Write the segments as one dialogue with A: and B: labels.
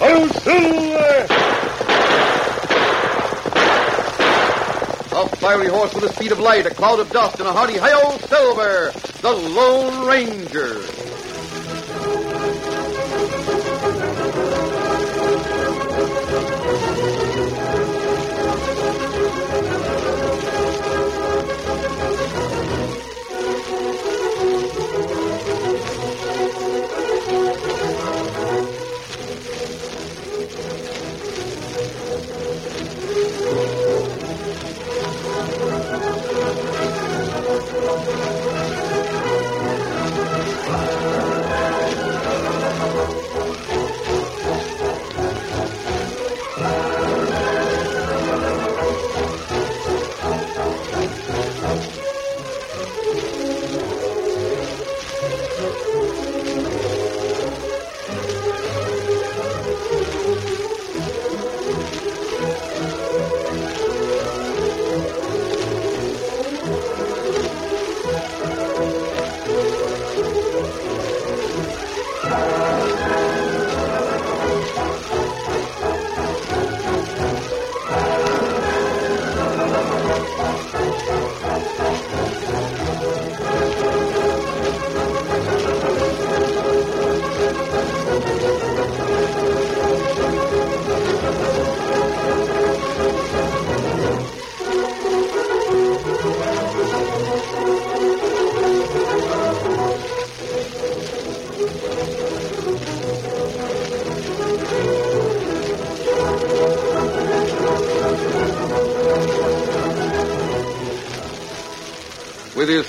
A: I'll Silver!
B: A fiery horse with the speed of light, a cloud of dust, and a hearty hail silver, the Lone Ranger. With his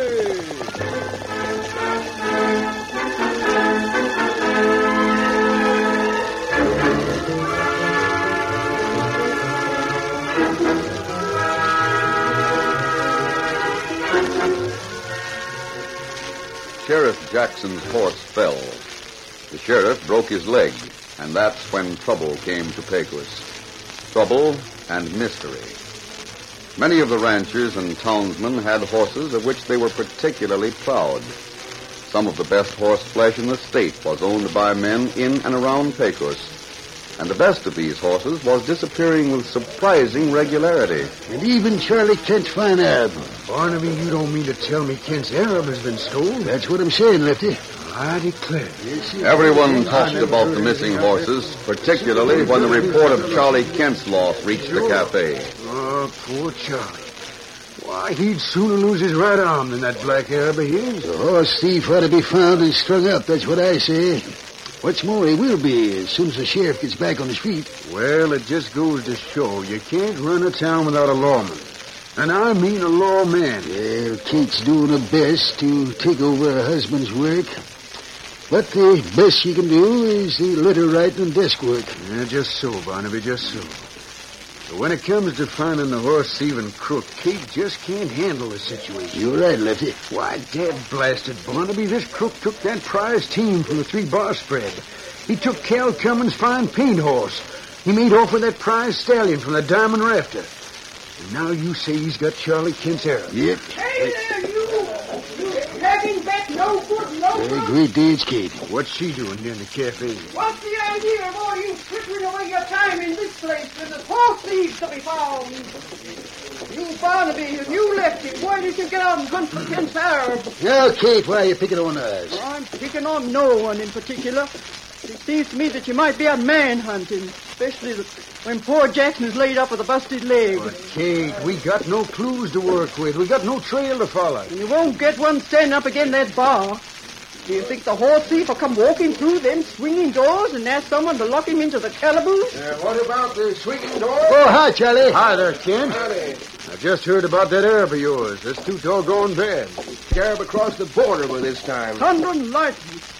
B: Sheriff Jackson's horse fell. The sheriff broke his leg, and that's when trouble came to Pecos. Trouble and mystery. Many of the ranchers and townsmen had horses of which they were particularly proud. Some of the best horse flesh in the state was owned by men in and around Pecos, and the best of these horses was disappearing with surprising regularity.
C: And even Charlie Kent's fine Arab. Barnaby, you don't mean to tell me Kent's Arab has been stolen? That's what I'm saying, Lefty. I declare.
B: Everyone talked about the missing horses, particularly when the report of Charlie Kent's loss reached the cafe.
C: Oh, poor Charlie. Why, he'd sooner lose his right arm than that black Arab of his. The horse thief ought to be found and strung up. That's what I say. What's more, he will be as soon as the sheriff gets back on his feet. Well, it just goes to show you can't run a town without a lawman. And I mean a lawman. Well, Kate's doing her best to take over her husband's work. But the best she can do is the letter writing and desk work. just so, Barnaby, just so. But when it comes to finding the horse thieving crook, Kate just can't handle the situation. You're right, Lefty. Why, dad blasted Barnaby, this crook took that prize team from the three bar spread. He took Cal Cummins' fine paint horse. He made off with that prize stallion from the Diamond Rafter. And now you say he's got Charlie Kent's arrow. Yep.
D: Hey there, you! You dragging back no good, no good.
C: great deeds, Kate. What's she doing near the cafe?
D: What's the idea of all you frittering away your time in this place with the poor thieves to be found? You Barnaby, and you left it. Why did you get out and hunt for Kent's Arab?
C: Now, Kate, why are you picking on us?
D: I'm picking on no one in particular. It seems to me that you might be a man hunting. especially when poor Jackson is laid up with a busted leg.
E: But, Kate, we got no clues to work with. We got no trail to follow.
D: And you won't get one standing up again that bar. Do you think the horse thief will come walking through them swinging doors and ask someone to lock him into the calaboose?
E: Uh, what about the swinging door? Oh, hi, Charlie. Hi there, Kent. I just heard about that Arab of yours. That's too doggone bad. Scarab across the border with this time.
D: Hundred lights.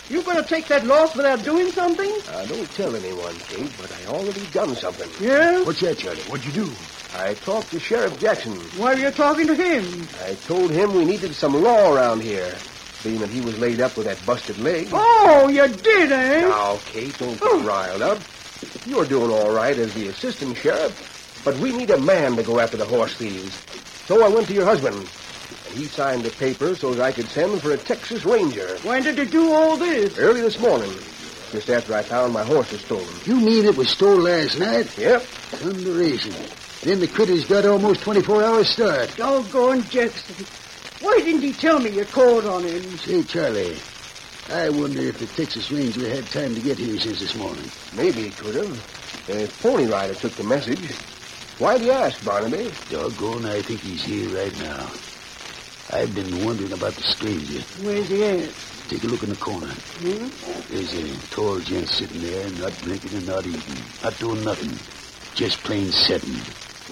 D: You gonna take that loss without doing something?
C: Uh, don't tell anyone, Kate, but I already done something.
D: Yeah?
C: What's that, Charlie? What'd you do? I talked to Sheriff Jackson.
D: Why are you talking to him?
C: I told him we needed some law around here, being that he was laid up with that busted leg.
D: Oh, you did, eh?
C: Now, Kate, don't get riled up. You're doing all right as the assistant sheriff, but we need a man to go after the horse thieves. So I went to your husband, and he signed a paper so that I could send for a Texas Ranger
D: When did you do all this?
C: early this morning, just after I found my horse was stolen.
E: You mean it was stolen last night?
C: Yep,
E: Thunderation. Then the critters got almost 24 hours start.
D: Doggone Jackson. Why didn't he tell me you called on him?
E: Say, Charlie, I wonder if the Texas Ranger had time to get here since this morning.
C: maybe he could have. The pony rider took the message. Why do you ask, Barnaby?
E: Doggone, I think he's here right now. I've been wondering about the stranger.
D: Where's he at?
E: Take a look in the corner.
C: Hmm?
E: There's a tall gent sitting there, not drinking and not eating, not doing nothing. Just plain setting.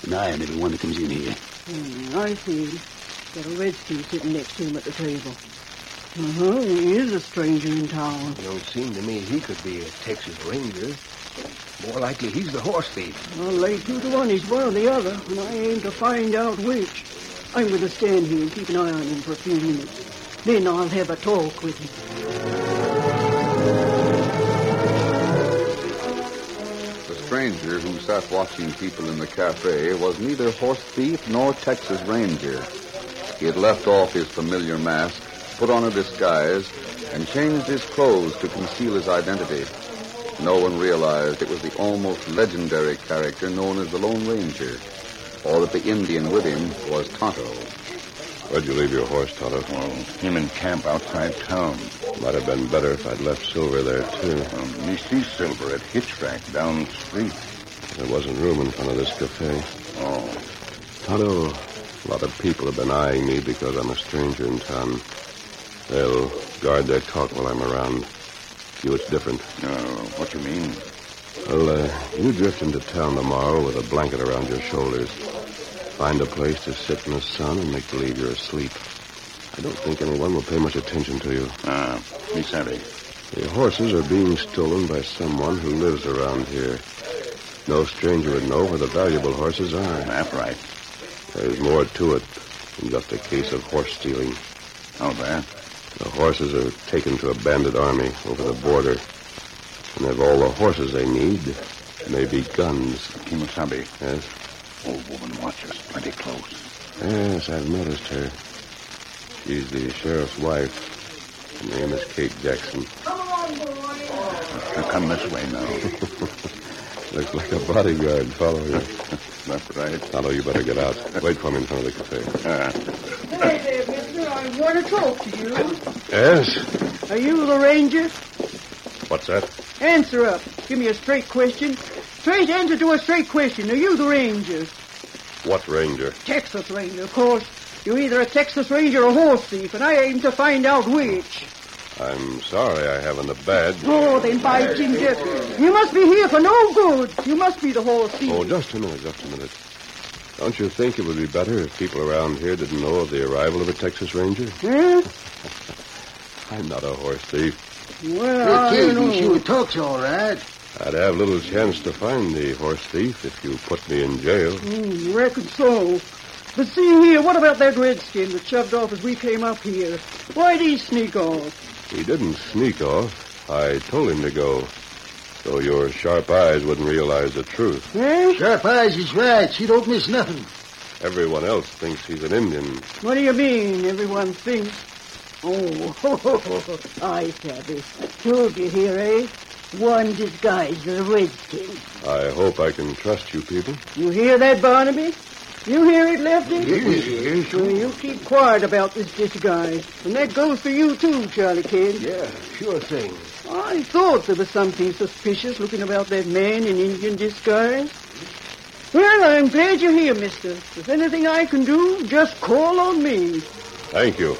E: An eye on everyone that comes in here.
D: Hmm, I see. Got a redskin sitting next to him at the table. Uh-huh, he is a stranger in town.
C: It don't seem to me he could be a Texas Ranger. More likely he's the horse thief.
D: I'll lay two to one he's one or the other, and I aim to find out which. I'm going to stand here and keep an eye on him for a few minutes. Then I'll have a talk with him.
B: The stranger who sat watching people in the cafe was neither horse thief nor Texas Ranger. He had left off his familiar mask, put on a disguise, and changed his clothes to conceal his identity. No one realized it was the almost legendary character known as the Lone Ranger, or that the Indian with him was Tonto.
F: Where'd you leave your horse, Tonto? Well, him in camp outside town. Might have been better if I'd left Silver there, too. Well, me see Silver at Hitchrack down the street. There wasn't room in front of this cafe. Oh. Tonto, a lot of people have been eyeing me because I'm a stranger in town. They'll guard their talk while I'm around. You, it's different. No, Uh, what you mean? Well, uh, you drift into town tomorrow with a blanket around your shoulders. Find a place to sit in the sun and make believe you're asleep. I don't think anyone will pay much attention to you. Ah, me savvy. The horses are being stolen by someone who lives around here. No stranger would know where the valuable horses are. That's right. There's more to it than just a case of horse stealing. How bad? The horses are taken to a bandit army over the border. And they've all the horses they need. Maybe guns. Kimosabe. Yes? Old woman watches plenty close. Yes, I've noticed her. She's the sheriff's wife. Her name is Kate Jackson.
D: Come on, boy.
F: come this way now. Looks like a bodyguard following us. That's right. Tonto, you better get out. Wait for me in front of the cafe.
D: Hey there, mister. I want to talk to you.
F: yes.
D: Are you the ranger?
F: What's that?
D: Answer up. Give me a straight question. Straight answer to a straight question. Are you the ranger?
F: What ranger?
D: Texas ranger, of course. You're either a Texas ranger or a horse thief, and I aim to find out which.
F: I'm sorry I haven't a badge.
D: Oh, then by ginger. You must be here for no good. You must be the horse thief.
F: Oh, just a minute, just a minute. Don't you think it would be better if people around here didn't know of the arrival of a Texas Ranger?
D: Huh?
F: I'm not a horse thief.
D: Well, I
E: Kate,
D: don't know.
E: you sure talks all right.
F: I'd have little chance to find the horse thief if you put me in jail.
D: Hmm, reckon so. But see here, what about that redskin that shoved off as we came up here? Why'd he sneak off?
F: He didn't sneak off. I told him to go. So your sharp eyes wouldn't realize the truth.
D: Huh?
E: Sharp Eyes is right. She don't miss nothing.
F: Everyone else thinks he's an Indian.
D: What do you mean, everyone thinks? Oh, I savvy. Two of you here, eh? One disguised as a redskin.
F: I hope I can trust you people.
D: You hear that, Barnaby? You hear it, Lefty?
E: Yes,
D: Well, you keep quiet about this disguise. And that goes for you, too, Charlie Kid.
C: Yeah, sure thing.
D: I thought there was something suspicious looking about that man in Indian disguise. Well, I'm glad you're here, mister. If anything I can do, just call on me.
F: Thank you.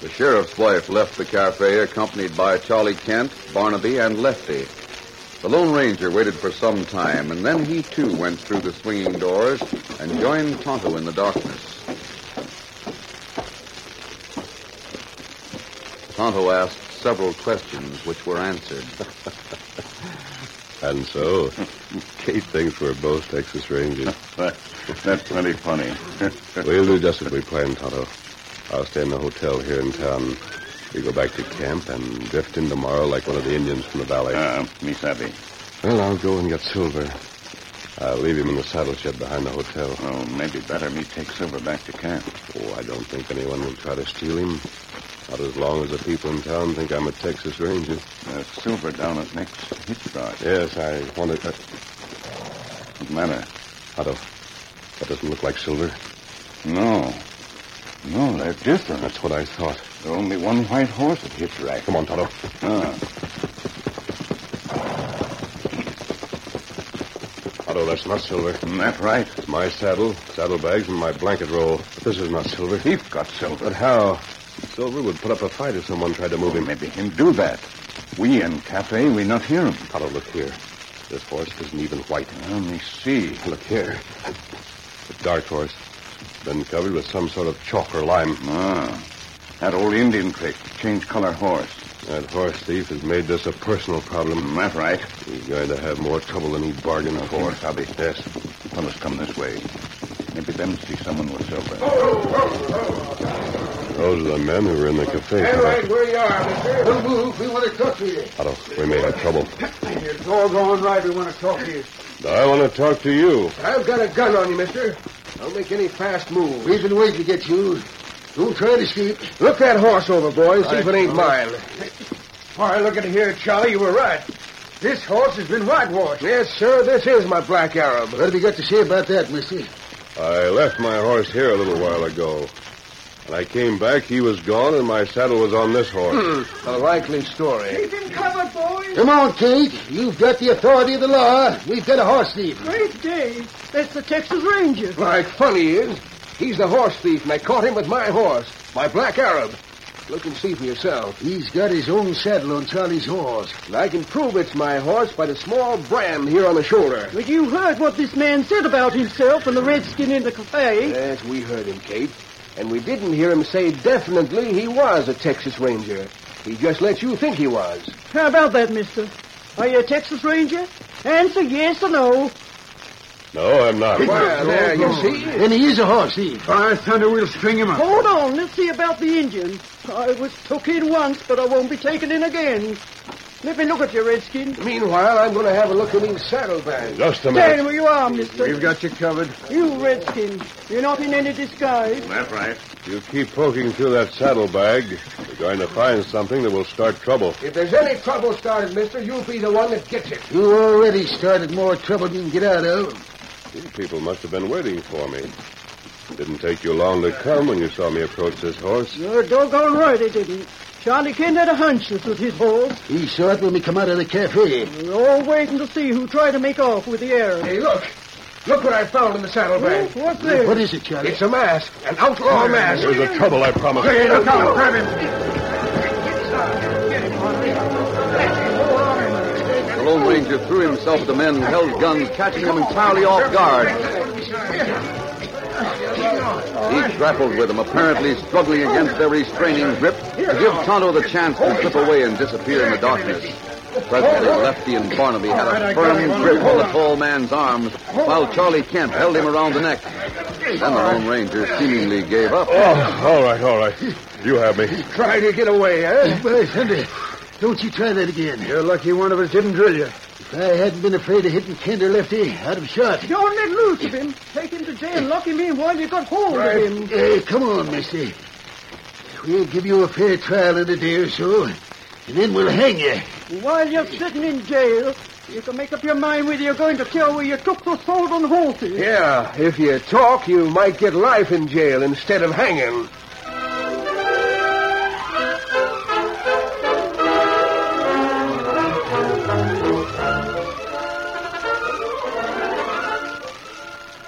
B: The sheriff's wife left the cafe accompanied by Charlie Kent, Barnaby, and Lefty. The Lone Ranger waited for some time, and then he too went through the swinging doors and joined Tonto in the darkness. Tonto asked several questions which were answered.
F: And so, Kate thinks we're both Texas Rangers.
G: That's plenty funny.
F: we'll do just what we planned, Tonto. I'll stay in the hotel here in town. We go back to camp and drift in tomorrow like one of the Indians from the valley.
G: Uh, me savvy.
F: Well, I'll go and get Silver. I'll leave him in the saddle shed behind the hotel.
G: Oh, maybe better me take Silver back to camp.
F: Oh, I don't think anyone will try to steal him. Not as long as the people in town think I'm a Texas Ranger.
G: Uh, Silver down at next hitch rock.
F: Yes, I wanted that.
G: What matter?
F: Otto, that doesn't look like Silver.
G: No. No, they're different.
F: That's what I thought.
G: There's only one white horse at hitch rack.
F: Come on, Toto.
G: Ah,
F: Otto, that's not Silver.
G: that's right.
F: It's my saddle, saddlebags, and my blanket roll. But this is not Silver.
G: He's got Silver.
F: But how? Silver would put up a fight if someone tried to move him.
G: Maybe him do that. We in cafe, we not hear him.
F: Otto, look here. This horse isn't even white.
G: Let me see.
F: Look here. A dark horse. Been covered with some sort of chalk or lime.
G: Ah, that old Indian trick. Change color horse. Mm,
F: That horse thief has made this a personal problem.
G: That's right.
F: He's going to have more trouble than he bargained for.
G: Savvy.
F: Yes.
G: Let us come this way. Maybe them see someone with Silver.
F: Those are the men who were in the cafe.
E: All right, where you are, mister. Don't move. We want to talk to you.
F: Otto, we may have trouble.
E: You're doggone right. We want to talk to you.
F: I want to talk to you.
C: I've got a gun on you, mister. Don't make any fast move.
E: We've been waiting to get you. Don't try to escape.
C: Look that horse over, boys. See if it ain't
E: All
C: mine.
E: Why, look at here, Charlie. You were right. This horse has been whitewashed.
C: Yes, sir, this is my black Arab.
E: What have you got to say about that, mister?
F: I left my horse here a little while ago. When I came back, he was gone, and my saddle was on this horse.
G: Hmm.
C: A likely story.
D: Keep him covered, boys.
E: Come on, Kate. You've got the authority of the law. We've got a horse thief.
D: Great day. That's the Texas Ranger.
C: Like fun he is. He's the horse thief, and I caught him with my horse, my black Arab. Look and see for yourself.
E: He's got his own saddle on Charlie's horse.
C: And I can prove it's my horse by the small brand here on the shoulder.
D: But you heard what this man said about himself and the redskin in the cafe.
C: Yes, we heard him, Kate. And we didn't hear him say definitely he was a Texas Ranger. He just let you think he was.
D: How about that, mister? Are you a Texas Ranger? Answer yes or no.
F: No, I'm not.
C: Well, there, you see.
E: And he is a horse thief. By thunder, we'll string him up.
D: Hold on, let's see about the Indian. I was took in once, but I won't be taken in again. Let me look at you, Redskin.
C: Meanwhile, I'm going to have a look at these saddlebags.
F: Just a
D: Stand
F: minute.
D: where you are, mister.
C: got you covered.
D: You, Redskin, you're not in any disguise.
G: That's right.
F: You keep poking through that saddlebag. You're going to find something that will start trouble.
C: If there's any trouble started, mister, you'll be the one that gets it.
E: You already started more trouble than you can get out of.
F: These people must have been waiting for me. Didn't take you long to come when you saw me approach this horse.
D: You're doggone right it didn't. Charlie Kent had a hunch this was his horse.
E: He saw it when we come out of the cafe.
D: We're all waiting to see who tried to make off with the arrow.
C: Hey, look. Look what I found in the saddlebag.
D: What's there?
E: What is it, Charlie?
C: It's a mask, an outlaw mask.
F: Here's the trouble, I promise.
C: grab him.
B: The Lone Ranger threw himself at the men who held guns, catching them entirely off guard. He grappled with them, apparently struggling against their restraining grip to give Tonto the chance to slip away and disappear in the darkness. Presently, Lefty and Barnaby had a firm grip on the tall man's arms, while Charlie Kent held him around the neck. Then the Lone Ranger seemingly gave up.
F: Oh, all right, all right. You have me.
C: Try to get away, eh?
E: By thunder. Don't you try that again.
C: You're lucky one of us didn't drill you.
E: If I hadn't been afraid of hitting Kinder Lefty, I'd have shot.
D: Don't let loose of him. Take him to jail, lock him in while you got hold of him.
E: Hey, come on, mister. We'll give you a fair trial in a day or so, and then we'll hang you.
D: While you're sitting in jail, you can make up your mind whether you're going to kill where you took the sold on horses.
C: Yeah, if you talk, you might get life in jail instead of hanging.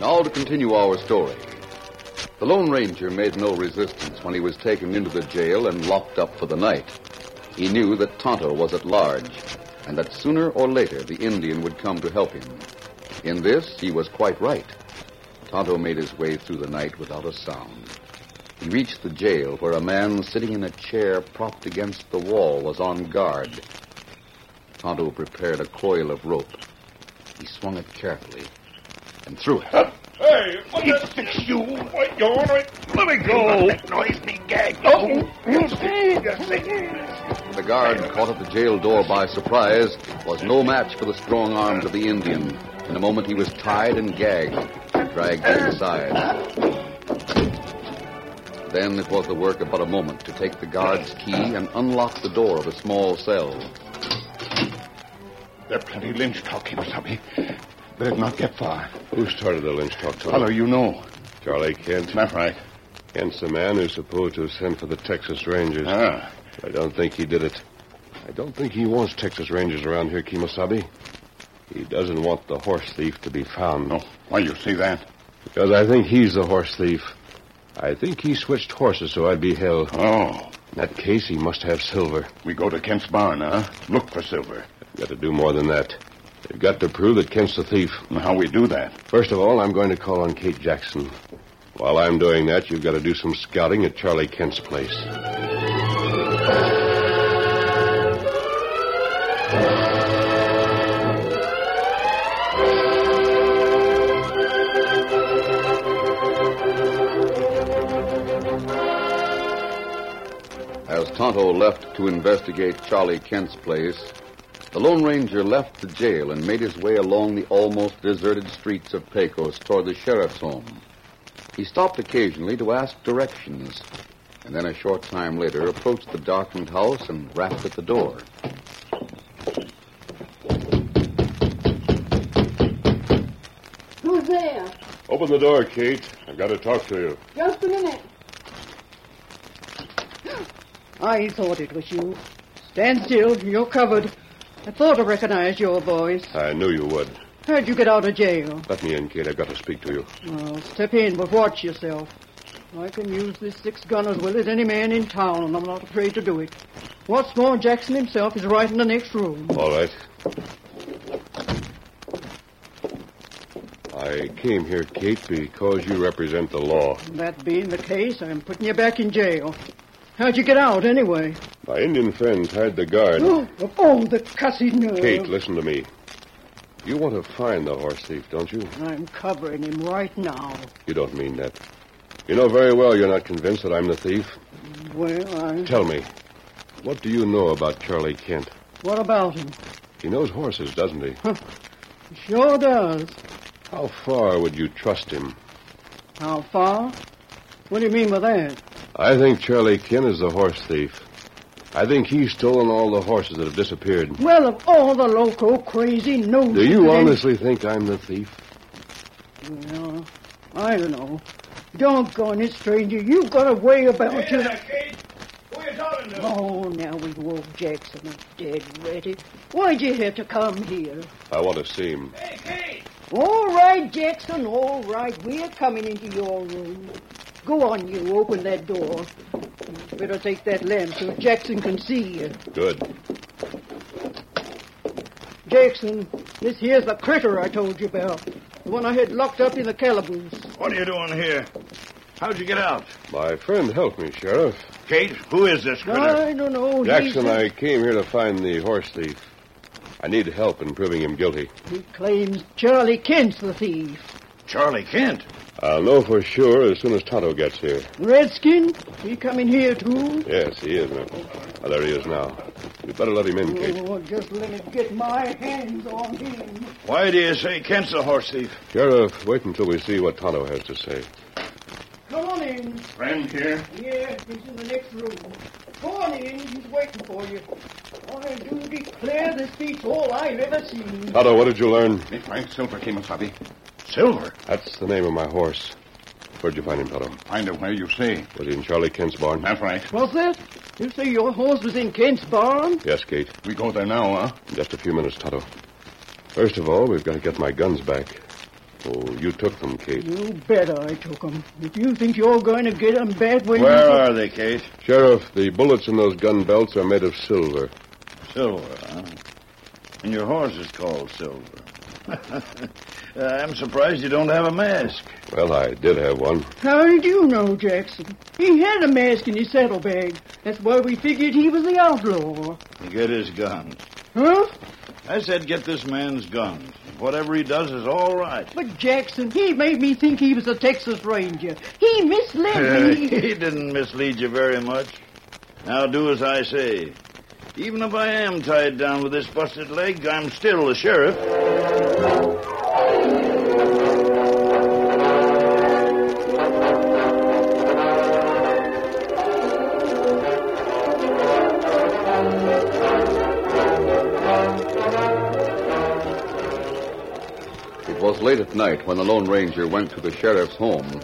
B: Now to continue our story. The Lone Ranger made no resistance when he was taken into the jail and locked up for the night. He knew that Tonto was at large, and that sooner or later the Indian would come to help him. In this, he was quite right. Tonto made his way through the night without a sound. He reached the jail where a man sitting in a chair propped against the wall was on guard. Tonto prepared a coil of rope. He swung it carefully and threw it.
H: Hey, what the... It's you. What, Your Honor? Let me go. That noise be gagged. Oh, you see, you see.
B: The guard, caught at the jail door by surprise, was no match for the strong arms of the Indian. In a moment, he was tied and gagged, and dragged inside. Then it was the work of but a moment to take the guard's key and unlock the door of a small cell.
G: There plenty lynch talk, Kimasabi. Better not get far.
F: Who started the lynch talk, Tonto?
G: Fellow, you know.
F: Charlie Kent.
G: That's right.
F: Kent's the man who's supposed to have sent for the Texas Rangers.
G: Ah,
F: I don't think he did it. I don't think he wants Texas Rangers around here, Kimosabe. He doesn't want the horse thief to be found.
G: no. Why you say that?
F: Because I think he's the horse thief. I think he switched horses so I'd be held.
G: Oh,
F: In that case, he must have silver.
G: we go to Kent's barn, huh? Look for silver.
F: Got to do more than that. They've got to prove that Kent's the thief.
G: And how we do that?
F: First of all, I'm going to call on Kate Jackson. While I'm doing that, you've got to do some scouting at Charlie Kent's place.
B: As Tonto left to investigate Charlie Kent's place, the Lone Ranger left the jail and made his way along the almost deserted streets of Pecos toward the sheriff's home. He stopped occasionally to ask directions, and then a short time later approached the darkened house and rapped at the door.
D: Who's there?
F: Open the door, Kate. I've got to talk to you.
D: Just a minute. I thought it was you. Stand still. You're covered. I thought I recognized your voice.
F: I knew you would.
D: Heard you get out of jail.
F: Let me in, Kate. I've got to speak to you.
D: Well, step in, but watch yourself. I can use this six gun as well as any man in town, and I'm not afraid to do it. What's more, Jackson himself is right in the next room.
F: All right. I came here, Kate, because you represent the law.
D: That being the case, I'm putting you back in jail. How'd you get out, anyway?
F: My Indian friend tied the guard.
D: Oh, oh the cussed nerve.
F: Kate, listen to me. You want to find the horse thief, don't you?
D: I'm covering him right now.
F: You don't mean that. You know very well you're not convinced that I'm the thief.
D: Well, I...
F: Tell me, what do you know about Charlie Kent?
D: What about him?
F: He knows horses, doesn't he?
D: Sure does.
F: How far would you trust him?
D: How far? What do you mean by that?
F: I think Charlie Kent is the horse thief. I think he's stolen all the horses that have disappeared.
D: Well, of all the loco crazy no.
F: Do you honestly think I'm the thief?
D: No, I don't know. Doggone it, stranger. You've got a way about you.
H: Who you talking to?
D: Oh, now we've woke Jackson up dead ready. Why'd you have to come here?
F: I want to see him.
H: Hey, Kate!
D: All right, Jackson, all right. We're coming into your room. Go on, you. Open that door. You better take that lamp so Jackson can see you.
F: Good.
D: Jackson, this here's the critter I told you about. The one I had locked up in the calaboose.
H: What are you doing here? How'd you get out?
F: My friend helped me, Sheriff.
H: Kate, who is this
G: Uh,
H: critter?
D: I don't know.
F: Jackson,
D: he's-
F: I came here to find the horse thief. I need help in proving him guilty.
D: He claims Charlie Kent's the thief.
H: Charlie Kent.
F: I'll know for sure as soon as Tonto gets here.
D: Redskin, he coming here too?
F: Yes, he is. man. Oh, there he is now. You better let him in, Kate.
D: Oh, just let me get my hands on him.
H: Why do you say Kent's a horse thief?
F: Sheriff, wait until we see what Tonto has to say.
D: Come on in.
H: Friend here.
D: Yeah, he's in the next room. Go on in. He's waiting for you. I do declare this beats all I've ever seen.
F: Tonto, what did you learn?
G: They find Silver Kemosabe.
H: Silver.
F: That's the name of my horse. Where'd you find him, Tonto?
G: Find her where you say.
F: Was he in Charlie Kent's barn?
G: That's right.
D: What's that? You say your horse was in Kent's barn?
F: Yes, Kate.
G: We go there now, huh?
F: In just a few minutes, Tonto. First of all, we've got to get my guns back. Oh, you took them, Kate.
D: You bet I took 'em. If you think you're going to get 'em back when
H: Where
D: you...
H: are they, Kate?
F: Sheriff, the bullets in those gun belts are made of silver.
H: Silver, huh? And your horse is called Silver. Uh, I'm surprised you don't have a mask.
F: Well, I did have one.
D: How did you know, Jackson? He had a mask in his saddlebag. That's why we figured he was the outlaw.
H: Get his gun.
D: Huh?
H: I said get this man's gun. Whatever he does is all right.
D: But Jackson, he made me think he was a Texas Ranger. He
H: Uh,
D: misled me.
H: he didn't mislead you very much. Now do as I say. Even if I am tied down with this busted leg, I'm still the sheriff.
B: It was late at night when the Lone Ranger went to the sheriff's home.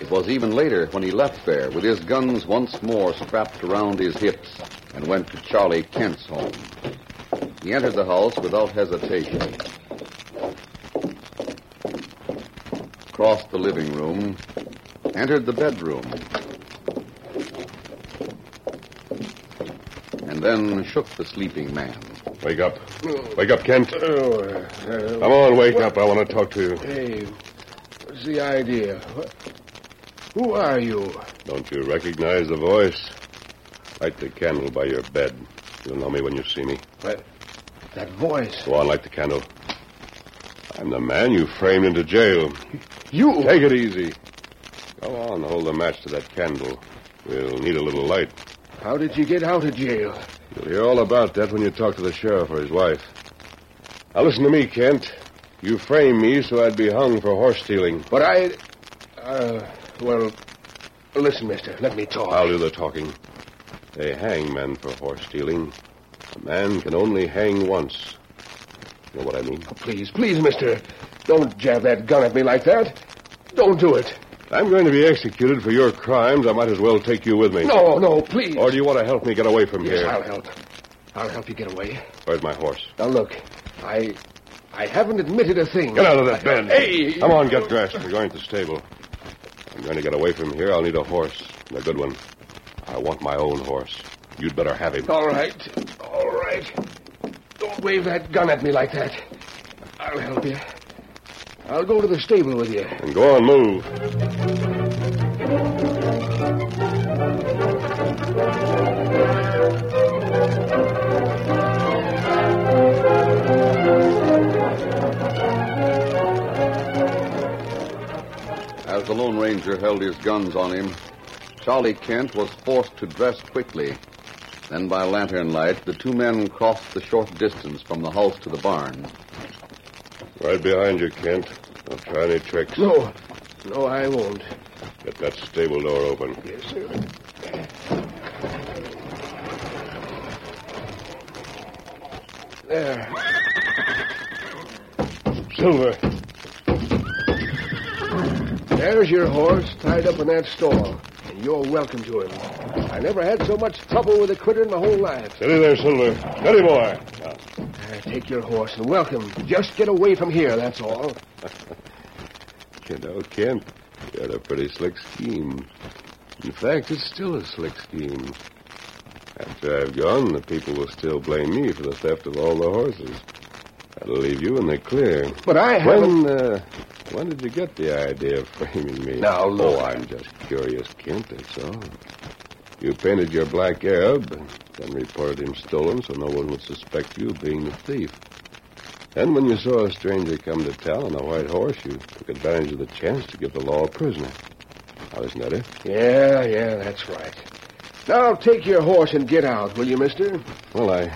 B: It was even later when he left there with his guns once more strapped around his hips and went to Charlie Kent's home. He entered the house without hesitation, crossed the living room, entered the bedroom, and then shook the sleeping man.
F: Wake up. Wake up, Kent.
C: Oh, uh,
F: Come on, wake up. I want to talk to you.
C: hey, what's the idea? What- Who are you?
F: Don't you recognize the voice? Light the candle by your bed. You'll know me when you see me.
C: What? That voice.
F: Go on, light the candle. I'm the man you framed into jail.
C: You.
F: Take it easy. Go on, hold the match to that candle. We'll need a little light.
C: How did you get out of jail?
F: You'll hear all about that when you talk to the sheriff or his wife. Now listen to me, Kent. You framed me so I'd be hung for horse stealing.
C: But I. Uh, well, listen, mister. Let me talk.
F: I'll do the talking. They hang men for horse stealing. A man can only hang once. You know what I mean?
C: Please, please, mister. Don't jab that gun at me like that. Don't do it.
F: I'm going to be executed for your crimes. I might as well take you with me.
C: No, no, please.
F: Or do you want to help me get away from
C: Yes,
F: here?
C: I'll help. I'll help you get away.
F: Where's my horse?
C: Now look, I I haven't admitted a thing.
F: Get out of that bed.
C: Hey!
F: Come on, get dressed. We're going to the stable. I'm going to get away from here. I'll need a horse. And a good one. I want my own horse. You'd better have him.
C: All right, all right. Don't wave that gun at me like that. I'll help you. I'll go to the stable with you.
F: And go on, move.
B: As the Lone Ranger held his guns on him, Charlie Kent was forced to dress quickly. Then, by lantern light, the two men crossed the short distance from the house to the barn.
F: Right behind you, Kent. Don't try any tricks.
C: No, no, I won't.
F: Get that stable door open.
C: Yes, sir. There.
H: Silver.
C: There's your horse tied up in that stall. And you're welcome to him. I never had so much trouble with a critter in my whole life.
H: Steady there, Silver. Steady, boy. Now,
C: Uh, take your horse and welcome. Just get away from here, that's all.
F: You know, Kent, oh, you had a pretty slick scheme. In fact, it's still a slick scheme. After I've gone, the people will still blame me for the theft of all the horses. That'll leave you in the clear.
C: But I haven't.
F: When, uh, when did you get the idea of framing me?
C: Now, look.
F: Oh, I'm just curious, Kent, that's all. You painted your black Arab, and then reported him stolen so no one would suspect you of being the thief. Then, when you saw a stranger come to town on a white horse, you took advantage of the chance to give the law a prisoner. Now, isn't that it?
C: Yeah, yeah, that's right. Now take your horse and get out, will you, mister?
F: Well, I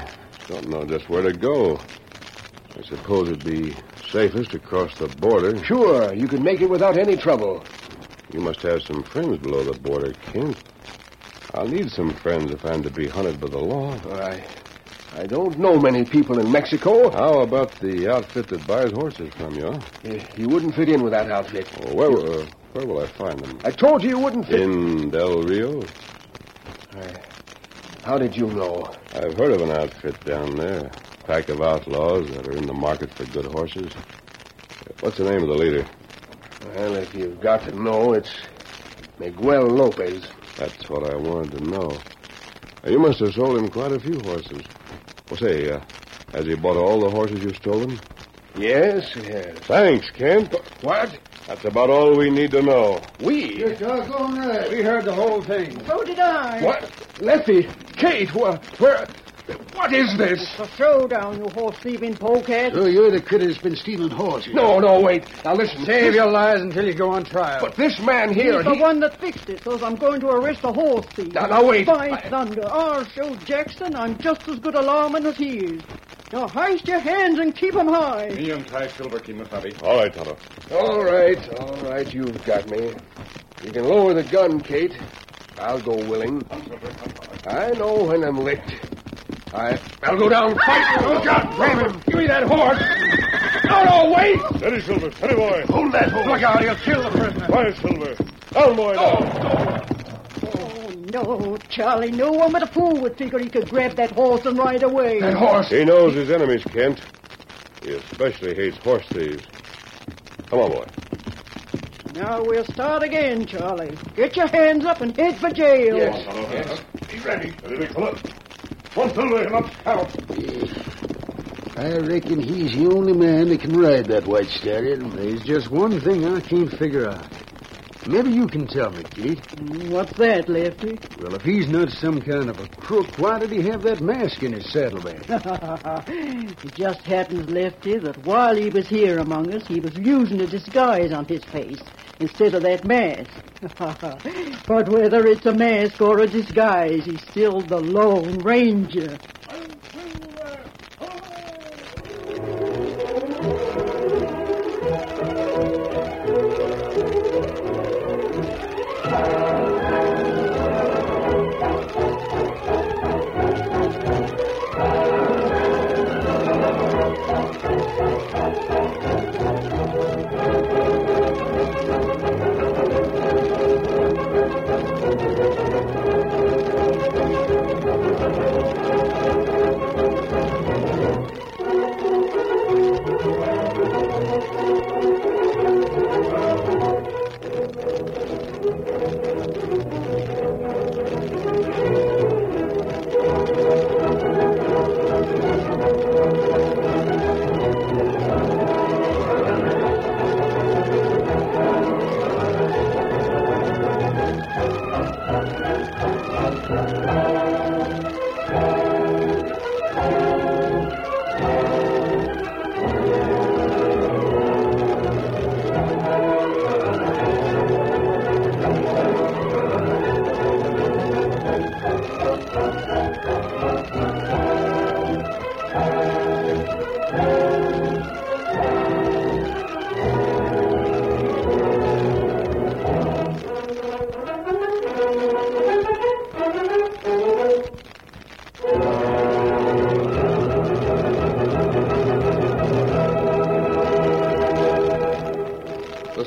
F: don't know just where to go. I suppose it'd be safest to cross the border.
C: Sure, you can make it without any trouble.
F: You must have some friends below the border, Kent. I'll need some friends if I'm to be hunted by the law.
C: I, I don't know many people in Mexico.
F: How about the outfit that buys horses from you? huh?
C: You- Eh, You wouldn't fit in with that outfit.
F: Oh, where, uh, where will I find them?
C: I told you you wouldn't fit.
F: In Del Rio?
C: How did you know?
F: I've heard of an outfit down there. Pack of outlaws that are in the market for good horses. What's the name of the leader?
C: Well, if you've got to know, it's Miguel Lopez.
F: That's what I wanted to know. Uh, You must have sold him quite a few horses. Well, say, uh, has he bought all the horses you've stolen?
C: Yes, yes.
F: Thanks, Kent.
C: What?
F: That's about all we need to know.
C: We?
E: doggone right. We heard the whole thing.
D: So did I.
C: What? Leffie, Kate, wha- where? What is this?
D: It's a showdown, you horse thieving polecat.
E: So you're the critter that's been stealing horses.
C: No, no, wait. Now listen.
I: Save your lies until you go on trial.
C: But this man here,
D: He's the
C: he-
D: one that fixed it, so I'm going to arrest the horse thief.
C: Now- now, wait.
D: By
C: I-
D: thunder, I'll show Jackson I'm just as good a lawman as he is. Now heist your hands and keep 'em high.
G: Medium tie silver key, Masabi.
F: All right, Tonto.
C: All right, all right, you've got me. You can lower the gun, Kate. I'll go willing. I know when I'm licked. I, I'll go down fighting. Oh, God, grab him. Give me that horse. No, no, wait.
H: steady, Silver. Steady, boy.
C: Hold that horse. Look out, Oh, he'll kill the prisoner.
H: Quiet, Silver. Down, boy. Down.
D: Oh, no, Charlie, no one but a fool would figure he could grab that horse and ride away.
C: That horse.
F: He knows his enemies, Kent. He especially hates horse thieves. Come on, boy.
D: Now we'll start again, Charlie. Get your hands up and head for jail.
C: Yes.
H: Be ready. Ready to come up. One, Silver. Come up. Out.
E: I reckon he's the only man that can ride that white stallion.
I: There's just one thing I can't figure out. Maybe you can tell me, Kate.
D: Mm, What's that, Lefty?
I: Well, if he's not some kind of a crook, why did he have that mask in his saddlebag?
D: it just happens, Lefty, that while he was here among us, he was using a disguise on his face instead of that mask. but whether it's a mask or a disguise, he's still the Lone Ranger.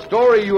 B: story you